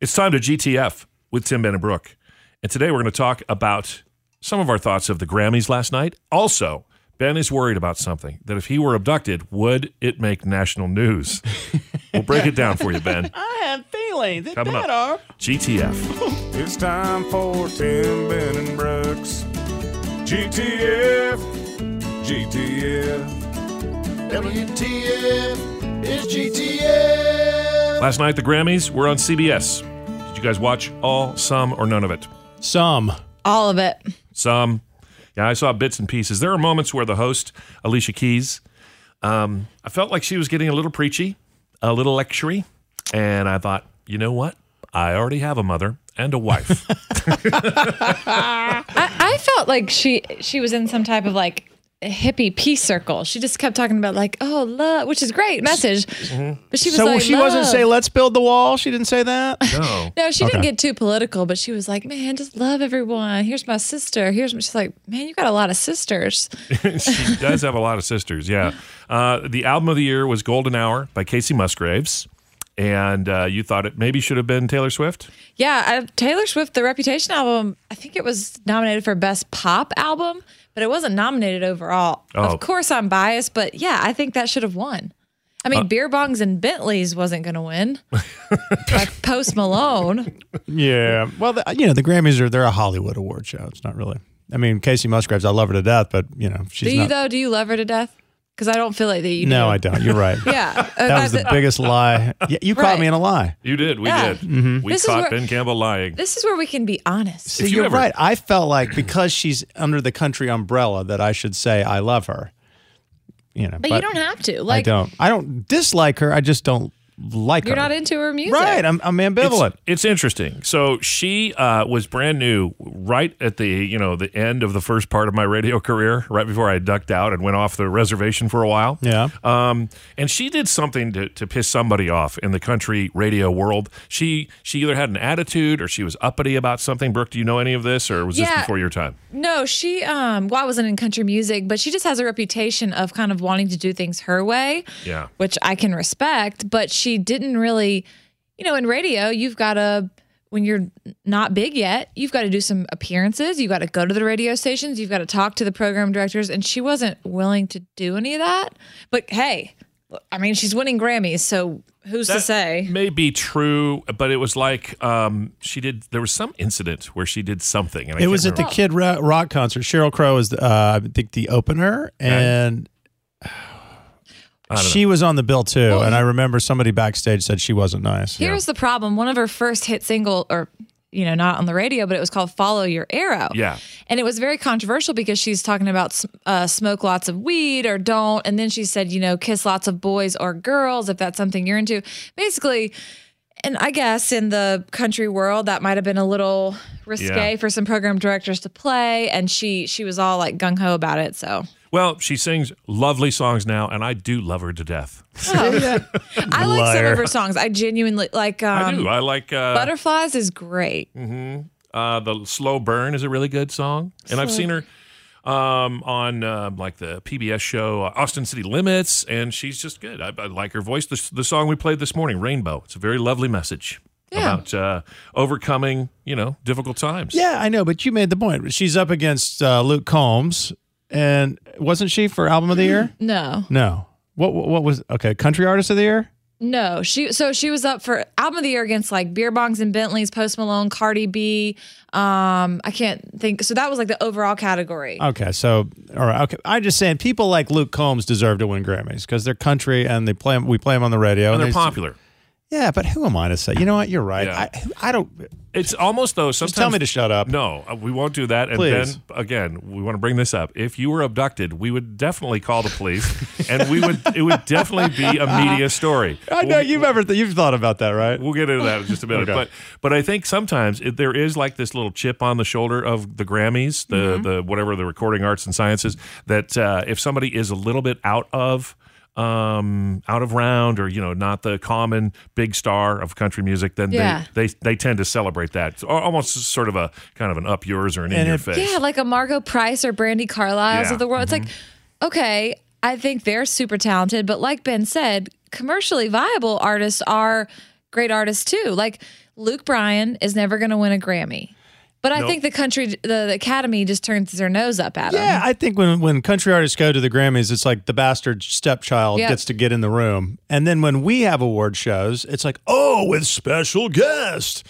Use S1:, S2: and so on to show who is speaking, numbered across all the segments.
S1: It's time to GTF with Tim Ben and Brooke. And today we're going to talk about some of our thoughts of the Grammys last night. Also, Ben is worried about something that if he were abducted, would it make national news? we'll break it down for you, Ben.
S2: I have feelings. It
S1: Coming
S2: better.
S1: up. GTF.
S3: It's time for Tim Ben and Brooks. GTF, GTF, WTF is GTF.
S1: Last night, the Grammys were on CBS. Did you guys watch all, some, or none of it?
S4: Some.
S5: All of it.
S1: Some. Yeah, I saw bits and pieces. There are moments where the host, Alicia Keys, um, I felt like she was getting a little preachy, a little lectury, and I thought, you know what? I already have a mother and a wife.
S5: I, I felt like she she was in some type of like hippie peace circle. She just kept talking about like, oh love, which is great message. But she was
S4: Mm-hmm. so
S5: like,
S4: she wasn't
S5: "Love."
S4: say let's build the wall. She didn't say that.
S1: no.
S5: No, she didn't
S4: Okay.
S5: get too political, but she was like, "Man, just love everyone. Here's my sister. Here's my-" she's like, man, you got a lot of sisters.
S1: she does have a lot of sisters. Yeah. Uh, the album of the year was Golden Hour by Casey Musgraves. And uh, you thought it maybe should have been Taylor Swift?
S5: Yeah, I, Taylor Swift, the Reputation album. I think it was nominated for best pop album, but it wasn't nominated overall.
S1: Oh.
S5: Of course, I'm biased, but yeah, I think that should have won. I
S4: Uh,
S5: mean, beer bongs and Bentleys wasn't going to win. By Post Malone.
S4: yeah. Well, the, you know the Grammys are they're a Hollywood award show. It's not really. I mean, Casey Musgraves, I love her to death, but you know she's
S5: do you
S4: not.
S5: though? Do you love her to death? Because I don't feel like that. You
S4: no,
S5: do.
S4: I don't. You're right.
S5: Yeah,
S4: That was the biggest lie. Yeah, you caught
S5: Right.
S4: me in a lie.
S1: You did. We
S5: Yeah.
S1: did. We
S5: This is
S1: caught
S5: where-
S1: Ben Campbell lying.
S5: This is where we can be honest.
S4: So
S1: If you
S4: you're
S1: ever-
S4: right. I felt like because she's under the country umbrella that I should say I love her. You know,
S5: But, you don't have to. Like,
S4: I don't. I don't dislike her. I just don't like
S5: you're
S4: her.
S5: not into her music.
S4: right. I'm, I'm ambivalent.
S1: It's, it's interesting. So she uh, was brand new right at the you know the end of the first part of my radio career, right before I ducked out and went off the reservation for a while.
S4: Yeah.
S1: Um, and she did something to, to piss somebody off in the country radio world. She she either had an attitude or she was uppity about something. Brooke, do you know any of this, or was this
S5: Yeah.
S1: before your time?
S5: No, she um well, I wasn't in country music, but she just has a reputation of kind of wanting to do things her way.
S1: Yeah.
S5: Which I can respect, but she didn't really you know, in radio, you've gotta when you're not big yet, you've got to do some appearances. You've got to go to the radio stations. You've got to talk to the program directors. And she wasn't willing to do any of that. But hey, I mean, she's winning Grammys. So who's to
S1: That
S5: say?
S1: May be true, but it was like um, she did. There was some incident where she did something, and I
S4: It
S1: can't
S4: was at the
S1: remember.
S4: Kid Ro- Rock concert. Cheryl Crow was, the, uh, I think, the opener, and
S1: don't know.
S4: she was on the bill too. and I remember somebody backstage said she wasn't nice.
S5: Here's the problem. One of her first hit single, or you know, not on the radio, but it was called "Follow Your Arrow."
S1: Yeah.
S5: and it was very controversial because she's talking about s- uh, smoke lots of weed or don't, and then she said, you know, kiss lots of boys or girls if that's something you're into. Basically. And I guess in the country world, that might have been a little risque
S1: Yeah.
S5: for some program directors to play, and she she was all like gung ho about it. So
S1: Well, she sings lovely songs now, and I do love her to death.
S5: I like some
S4: Liar.
S5: of her songs. I genuinely like.
S1: I
S5: Um,
S1: do. I like uh,
S5: Butterflies is great.
S1: uh, the slow burn is a really good song, and I've seen her um, on um like the PBS show uh, Austin City Limits, and she's just good. I, I like her voice. The, the song we played this morning, Rainbow, it's a very lovely message about uh, overcoming you know difficult times.
S4: yeah, I know, but you made the point. She's up against uh, Luke Combs, and wasn't she for album of the year?
S5: No.
S4: No. What what what was okay? Country artist of the year?
S5: No, she so she was up for album of the year against like Beer Bongs and Bentleys, Post Malone, Cardi B. Um, I can't think. So that was like the overall
S1: Uh,
S5: category.
S4: Okay, so all right. Okay, I'm just saying people like Luke Combs deserve to win Grammys because they're country and they play 'em- we play them on the radio
S1: and they're
S4: they-
S1: popular.
S4: Yeah, but who am I to say? You know what? You're right.
S1: Yeah.
S4: I, I don't.
S1: It's almost though. Sometimes
S4: tell me to shut up.
S1: No, uh, we won't do that. And
S4: Please.
S1: then again, we want to bring this up. If you were abducted, we would definitely call the police, and we would it would definitely be a media story.
S4: I know you've ever th- you've thought about that, right?
S1: We'll get into that in just a minute.
S4: Okay.
S1: But but I think sometimes it, there is like this little chip on the shoulder of the Grammys, the
S4: Mm-hmm.
S1: the whatever the Recording Arts and Sciences, that uh, if somebody is a little bit out of um out of round or you know not the common big star of country music then
S5: Yeah.
S1: they, they they tend to celebrate that it's al- almost sort of a kind of an up yours or an in
S4: And
S1: your
S4: it-
S1: face
S5: Yeah, like a Margot Price or Brandy Carlisle's
S1: Yeah. mm-hmm.
S5: of the world. It's like, okay, I think they're super talented, but like Ben said, commercially viable artists are great artists too. Like Luke Bryan is never going to win a Grammy, but I
S1: Nope.
S5: think the country, the, the Academy, just turns their nose up at him.
S4: Yeah, I think when, when country artists go to the Grammys, it's like the bastard stepchild
S5: Yeah.
S4: gets to get in the room. And then when we have award shows, it's like, oh, with special guest,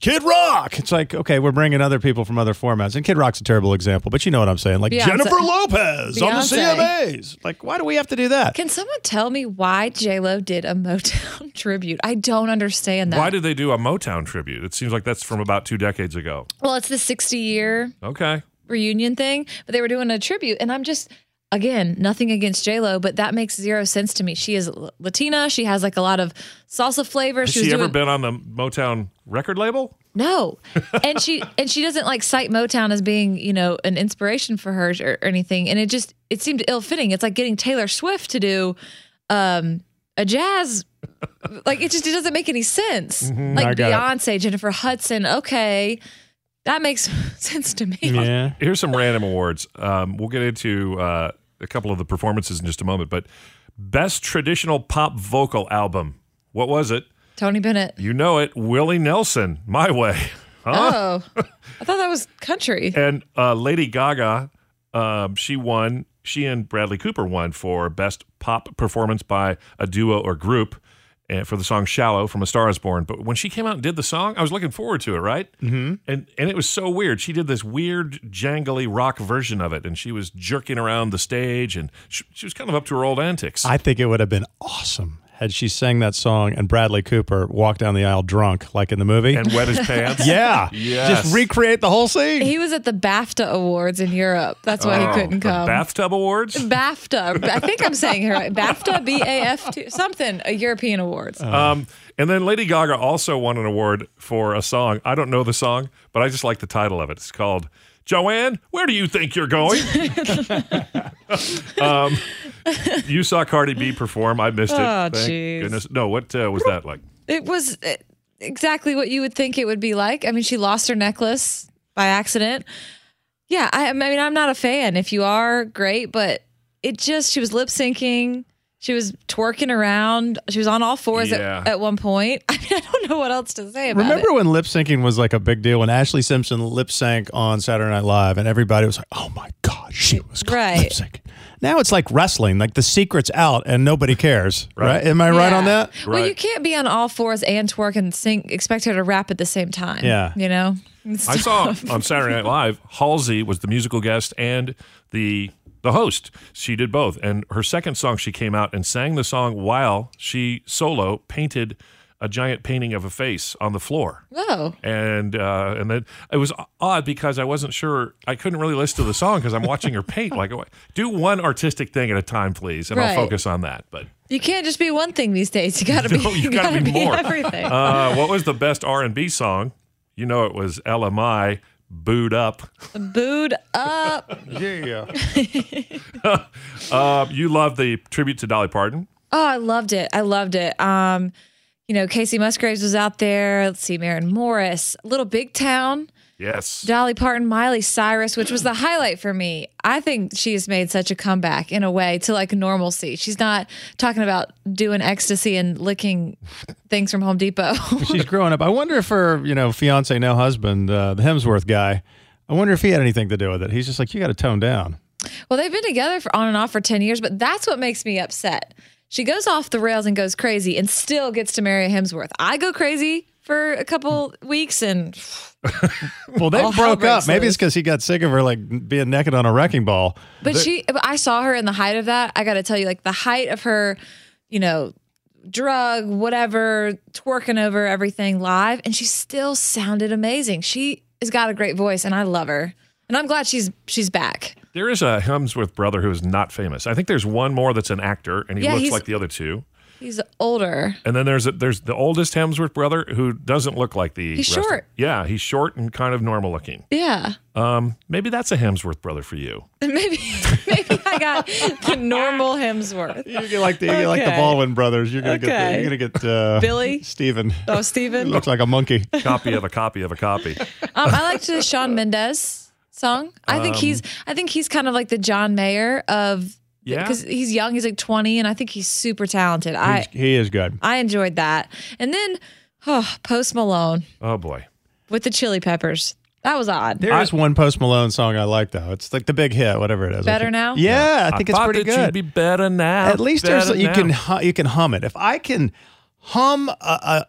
S4: Kid Rock. It's like, okay, we're bringing other people from other formats. And Kid Rock's a terrible example, but you know what I'm saying. Like
S5: Beyonce.
S4: Jennifer Lopez on the
S5: Beyonce.
S4: CMAs. Like, why do we have to do that?
S5: Can someone tell me why J Lo did a Motown tribute? I don't understand that.
S1: why did they do a motown tribute it seems like that's from about two decades ago
S5: well, it's the 60 year
S1: okay
S5: reunion thing, but they were doing a tribute, and I'm just again nothing against J Lo, but that makes zero sense to me. She is L- Latina. She has like a lot of salsa flavor.
S1: has
S5: was
S1: she ever
S5: doing-
S1: been on the motown record label
S5: No, and she and she doesn't like cite Motown as being you know an inspiration for her or, or anything, and it just it seemed ill fitting. It's like getting Taylor Swift to do um a jazz. Like it just it doesn't make any sense.
S4: Mm-hmm. I
S5: Like
S4: got it.
S5: Beyonce, Jennifer Hudson, okay, that makes sense to me.
S4: Yeah.
S1: Here's some random awards. Um, we'll get into uh, a couple of the performances in just a moment, but best traditional pop vocal album. What was it?
S5: Tony Bennett.
S1: You know it, Willie Nelson, My Way. Huh?
S5: Oh, I thought that was country.
S1: And uh, Lady Gaga, um, she won. She and Bradley Cooper won for best pop performance by a duo or group. And for the song "Shallow" from *A Star Is Born*, but when she came out and did the song, I was looking forward to it, right? Mm-hmm. And and it was so weird. She did this weird, jangly rock version of it, and she was jerking around the stage, and she, she was kind of up to her old antics.
S4: I think it would have been awesome had she sang that song and Bradley Cooper walked down the aisle drunk, like in the movie.
S1: and wet his pants.
S4: yeah.
S1: Yes.
S4: Just recreate the whole scene.
S5: He was at the BAFTA Awards in Europe. That's why
S1: Oh,
S5: he couldn't
S1: the
S5: come.
S1: bathtub awards.
S5: BAFTA. I think I'm saying it right. BAFTA, B A F T, something, a European awards.
S1: Um, and then Lady Gaga also won an award for a song. I don't know the song, but I just like the title of it. It's called Joanne, Where Do You Think You're Going? um, you saw Cardi B perform. I missed it.
S5: Oh,
S1: Thank
S5: jeez.
S1: goodness. No, what uh, was that like?
S5: it was uh, exactly what you would think it would be like. I mean, she lost her necklace by accident. Yeah, I, I mean, I'm not a fan. If you are, great, but it just, she was lip syncing. She was twerking around. She was on all fours
S1: Yeah.
S5: at, at one point. I mean, I don't know what else to say about it.
S4: Remember when lip syncing was like a big deal? When Ashley Simpson lip sank on Saturday Night Live, and everybody was like, "Oh my god, she was
S5: Right.
S4: lip sync." Now it's like wrestling; like the secret's out, and nobody cares. Right? Am I right
S5: Yeah.
S4: on that?
S5: Well, you
S1: Right.
S5: can't be on all fours and twerk and sing, expect her to rap at the same time.
S4: Yeah.
S5: You know?
S1: I saw on Saturday Night Live, Halsey was the musical guest and the the host. She did both. And her second song, she came out and sang the song while she solo painted a giant painting of a face on the floor.
S5: Oh.
S1: and uh, and then it was odd because I wasn't sure I couldn't really listen to the song because I'm watching her paint. Like, "Oh, do one artistic thing at a time, please, and I'll
S5: Right.
S1: focus on that. But
S5: You can't just be one thing these days. You gotta be
S1: No, you
S5: you
S1: gotta
S5: gotta,
S1: be
S5: be,
S1: more.
S5: everything.
S1: uh, what was the best R and B song? You know, it was LMI. Booed up.
S5: Booed up.
S4: Yeah.
S1: Uh, you love the tribute to Dolly Parton.
S5: Oh, I loved it. I loved it. Um, you know, Casey Musgraves was out there. Let's see, Maren Morris, Little Big Town,
S1: Yes.
S5: Dolly Parton, Miley Cyrus, which was the highlight for me. I think she has made such a comeback in a way to like normalcy. She's not talking about doing ecstasy and licking things from Home Depot.
S4: She's growing up. I wonder if her, you know, fiance now husband, uh, the Hemsworth guy. I wonder if he had anything to do with it. He's just like, "You got to tone down."
S5: Well, they've been together for on and off for 10 years, but that's what makes me upset. She goes off the rails and goes crazy and still gets to marry Hemsworth. I go crazy for a couple weeks and
S4: Well, they
S5: All hell
S4: broke up.
S5: breaks
S4: Maybe it's
S5: loose.
S4: because he got sick of her like being naked on a wrecking ball.
S5: but she I saw her in the height of that. I got to tell you like the height of her, you know, drug, whatever, twerking over everything live, and she still sounded amazing. She has got a great voice, and I love her. And I'm glad she's she's back.
S1: There is a Hemsworth brother who is not famous. I think there's one more that's an actor, and he
S5: Yeah,
S1: looks
S5: he's-
S1: like the other two.
S5: He's older.
S1: And then there's a, there's the oldest Hemsworth brother who doesn't look like the.
S5: He's
S1: of-
S5: short.
S1: yeah, he's short and kind of normal looking.
S5: Yeah.
S1: Um, maybe that's a Hemsworth brother for you.
S5: Maybe maybe I got the normal Hemsworth.
S4: You get like the, you get like the
S2: Okay.
S4: Baldwin brothers. You're gonna get the,
S2: Okay.
S4: you're gonna get uh,
S2: Billy?
S4: Steven.
S2: Oh, Steven?
S4: looks like a monkey.
S1: Copy of a copy of a copy.
S5: Um, I liked the Sean Mendez song. I think he's I think he's kind of like the John Mayer of
S1: Yeah.
S5: because he's young. He's like 20, and I think he's super talented. I
S4: He's- he is good.
S5: I enjoyed that. And then oh, Post Malone
S1: Oh boy.
S5: with the Chili Peppers. That was odd.
S4: There is one Post Malone song I like though. It's like the big hit, whatever it is.
S5: Better
S4: I think-
S5: Now?
S4: Yeah, I think it's
S1: thought
S4: pretty
S1: that
S4: good.
S1: You'd be better now.
S4: At least there's
S1: better
S4: you
S1: now.
S4: can hu- you can hum it. If I can hum a,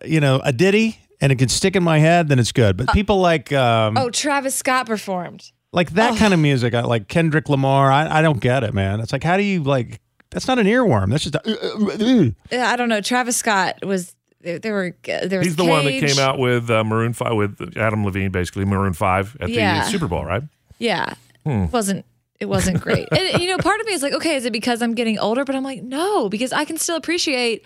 S4: a you know a ditty and it can stick in my head, then it's good.
S2: Uh,
S4: But people like um,
S5: Oh, Travis Scott performed.
S4: like that kind of music, I, like Kendrick Lamar, I, I don't get it, man. It's like how do you like? That's not an earworm. That's just a,
S5: Uh, I don't know. Travis Scott was there. there were there was
S1: He's the one that
S5: Cage.
S1: came out with uh, Maroon Five with Adam Levine, basically Maroon Five at
S5: Yeah.
S1: the Super Bowl, right?
S5: Yeah,
S1: Hmm.
S5: It wasn't it wasn't great. and you know, part of me is like, okay, is it because I'm getting older? But I'm like, no, because I can still appreciate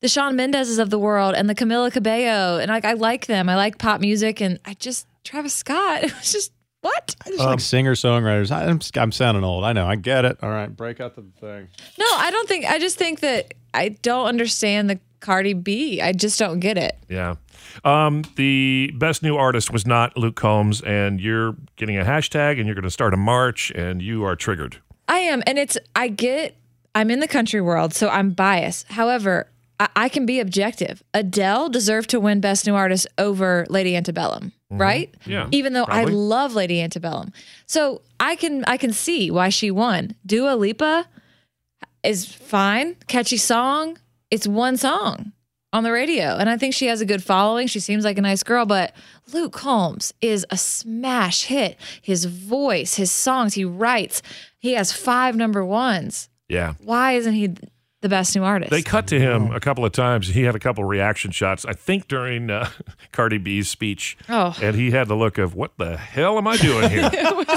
S5: the Sean Mendez's of the world and the Camila Cabello, and like I like them. I like pop music, and I just Travis Scott. It was just what?
S4: I just
S1: Um,
S4: like singer songwriters. I'm I'm sounding old. I know. I get it. All right, break out the thing.
S5: No, I don't think. I just think that I don't understand the Cardi B. I just don't get it.
S1: Yeah. Um, the best new artist was not Luke Combs, and you're getting a hashtag, and you're going to start a march, and you are triggered.
S5: I am, and it's I get. I'm in the country world, so I'm biased. However, I, I can be objective. Adele deserved to win Best New Artist over Lady Antebellum, right?
S1: Mm-hmm. Yeah,
S5: Even though
S1: probably.
S5: I love Lady Antebellum, so I can I can see why she won. Dua Lipa is fine, catchy song. It's one song on the radio, and I think she has a good following. She seems like a nice girl, but Luke Combs is a smash hit. His voice, his songs, he writes. He has five number ones.
S1: Yeah.
S5: Why isn't he the best new artist?
S1: They cut to him a couple of times. He had a couple of reaction shots, I think, during uh, Cardi B's speech.
S5: Oh.
S1: And he had the look of, what the hell am I doing here?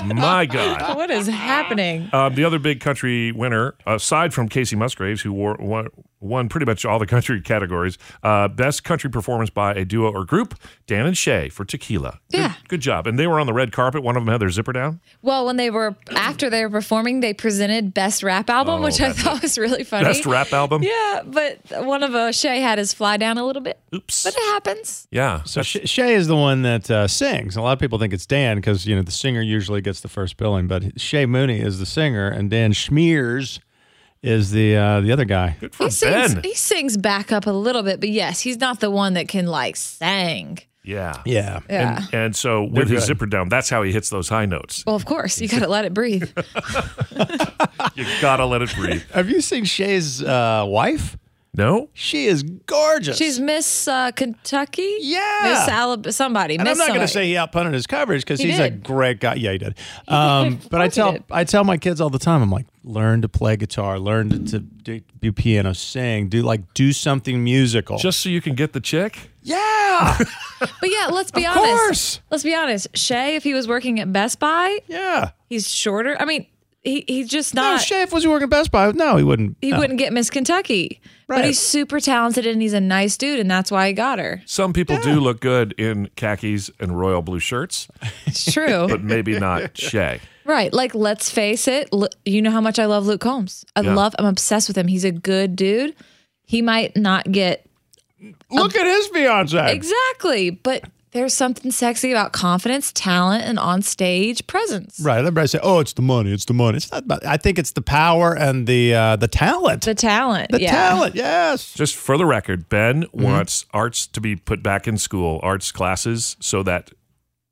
S1: My God.
S5: what is happening?
S1: Um, the other big country winner, aside from Casey Musgraves, who wore, won, won pretty much all the country categories, uh, best country performance by a duo or group, Dan and Shay for Tequila. Good-
S5: Yeah.
S1: Good, job. And they were on the red carpet. One of them had their zipper down.
S5: Well, when they were after they were performing, they presented best rap album,
S1: Oh,
S5: which I
S1: that's
S5: thought was really funny.
S1: Best rap album.
S5: Yeah, but one of uh, Shay had his fly down a little bit,
S1: Oops.
S5: but uh, it happens.
S1: Yeah.
S4: So Sh- Shay is the one that uh, sings. A lot of people think it's Dan because you know the singer usually gets the first billing, but Shay Mooney is the singer, and Dan Schmears is the uh, the other guy.
S1: Good for
S5: He sings,
S1: Ben.
S5: he sings back up a little bit, but yes, he's not the one that can like sang.
S1: Yeah.
S4: Yeah.
S5: Yeah.
S1: And so with his
S4: good.
S1: zipper down, that's how he hits those high notes.
S5: well, of course, you got to let it breathe.
S1: You gotta let it breathe.
S4: Have you seen Shay's uh, wife?
S1: No?
S4: She is gorgeous.
S5: She's Miss uh, Kentucky.
S4: Yeah.
S5: Miss Alabama. Somebody.
S4: And
S5: Miss
S4: I'm not going to
S5: somebody.
S4: say he outpunted his coverage because
S5: He
S4: he's a
S5: did.
S4: great guy. Yeah, he did. Um, but I
S5: course he
S4: tell
S5: did.
S4: I tell my kids all the time. I'm like, learn to play guitar, learn to, to do, do piano, sing, do like do something musical.
S1: Just so you can get the chick?
S4: yeah,
S5: But yeah, let's be
S4: Of
S5: honest.
S4: course.
S5: Let's be honest. Shay, if he was working at Best Buy,
S4: yeah.
S5: he's shorter. I mean, he he's just
S4: No,
S5: not.
S4: Shay, if was working Best Buy, no, he wouldn't.
S5: he
S4: no.
S5: wouldn't get Miss Kentucky.
S4: Right.
S5: But he's super talented and he's a nice dude, and that's why he got her.
S1: Some people do look good in khakis and royal blue shirts,
S5: It's true.
S1: but maybe not Shay.
S5: right. Like, let's face it. Lu- you know how much I love Luke Combs. I
S1: Yeah.
S5: love, I'm obsessed with him. He's a good dude. He might not get
S4: Look at his fiance.
S5: exactly, but there's something sexy about confidence, talent, and on stage presence.
S4: Right. Everybody say, "Oh, it's the money. It's the money." It's not. About, I think it's the power and the uh, the talent.
S5: The talent.
S4: The
S5: yeah.
S4: talent. Yes.
S1: Just for the record, Ben wants arts to be put back in school, arts classes, so that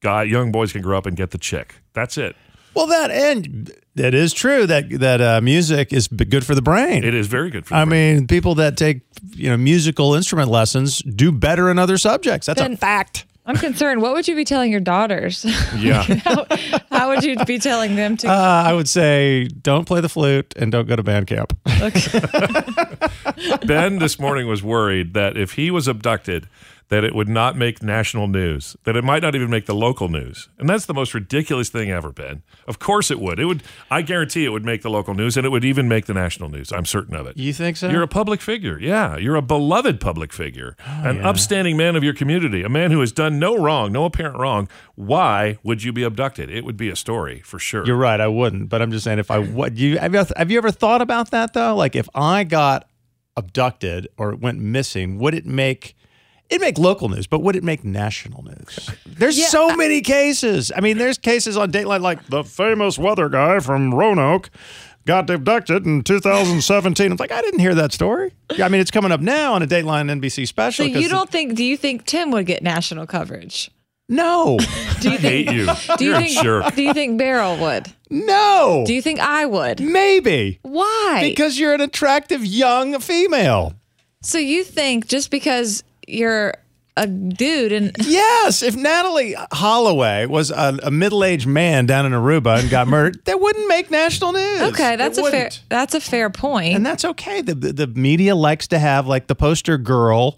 S1: guy, young boys can grow up and get the chick. That's it.
S4: Well, that and that is true. That that uh, music is b- good for the brain.
S1: It is very good for.
S4: I
S1: the brain.
S4: mean, people that take you know musical instrument lessons do better in other subjects. That's a
S5: Then-
S4: fact.
S5: I'm concerned. What would you be telling your daughters?
S1: Yeah.
S5: how, how would you be telling them to?
S4: Uh, I would say don't play the flute and don't go to band camp.
S1: Ben this morning was worried that if he was abducted, that it would not make national news, that it might not even make the local news. And that's the most ridiculous thing ever, Ben. Of course it would. It would I guarantee it would make the local news and it would even make the national news. I'm certain of it.
S4: You think so? Oh,
S1: You're a public figure. Yeah. You're a beloved public figure, an upstanding man of your community, a man who has done no wrong, no apparent wrong. Why would you be abducted? It would be a story for sure.
S4: You're right. I wouldn't. But I'm just saying, if I what you have, you have you ever thought about that though? Like if I got abducted or went missing, would it make it make local news? But would it make national news? There's so many cases. I mean, there's cases on Dateline like the famous weather guy from Roanoke. Got abducted in 2017. I'm like, I didn't hear that story. Yeah, I mean, it's coming up now on a Dateline NBC
S5: So
S4: special. 'cause
S5: you don't think? Do you think Tim would get national coverage?
S4: No,
S5: Do you
S1: I hate you.
S5: Do you
S1: You're
S5: think?
S1: a jerk.
S5: Do you think Beryl would?
S4: no.
S5: Do you think I would?
S4: Maybe
S5: Why?
S4: because you're an attractive young female.
S5: so you think just because you're a dude and
S4: Yes, if Natalie Holloway was a, a middle-aged man down in Aruba and got murdered, that wouldn't make national news.
S5: okay, that's
S4: It
S5: a fair
S4: wouldn't.
S5: that's a fair point.
S4: and that's okay. The, the the media likes to have like the poster girl,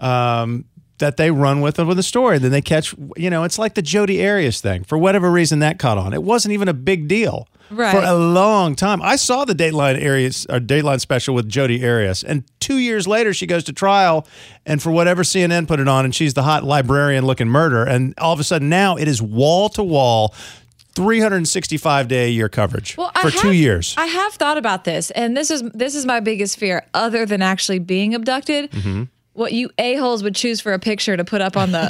S4: um, that they run with with a story. Then they catch you know it's like the Jodi Arias thing. For whatever reason, that caught on. It wasn't even a big deal
S5: Right.
S4: for a long time. I saw the Dateline Arias or Dateline special with Jodi Arias, and two years later she goes to trial, and for whatever CNN put it on, and she's the hot librarian looking murder, and all of a sudden now it is wall to wall. 365 day a year coverage
S5: Well,
S4: for
S5: I
S4: two
S5: have-
S4: years.
S5: I have thought about this, and this is this is my biggest fear, other than actually being abducted.
S4: Mm-hmm.
S5: What you a holes would choose for a picture to put up on the,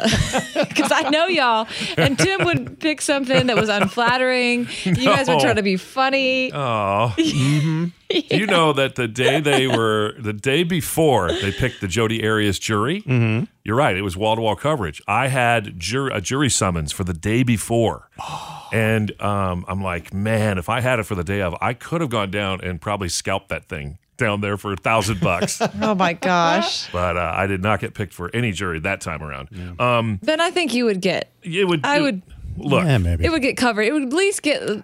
S5: because I know y'all, and Tim would pick something that was unflattering. You guys would
S1: No.
S5: try to be funny.
S1: You know that the day they were, the day before they picked the Jodi Arias jury, you're right, it was wall to wall coverage. I had jur- a jury summons for the day before. And um, I'm like, man, if I had it for the day of, I could have gone down and probably scalped that thing down there for a thousand bucks.
S5: oh my gosh!
S1: but uh, I did not get picked for any jury that time around. Um,
S5: Then I think you would get
S1: it would,
S5: I
S1: it-
S5: would-
S1: look.
S4: yeah, maybe.
S5: it would get covered. It would at least get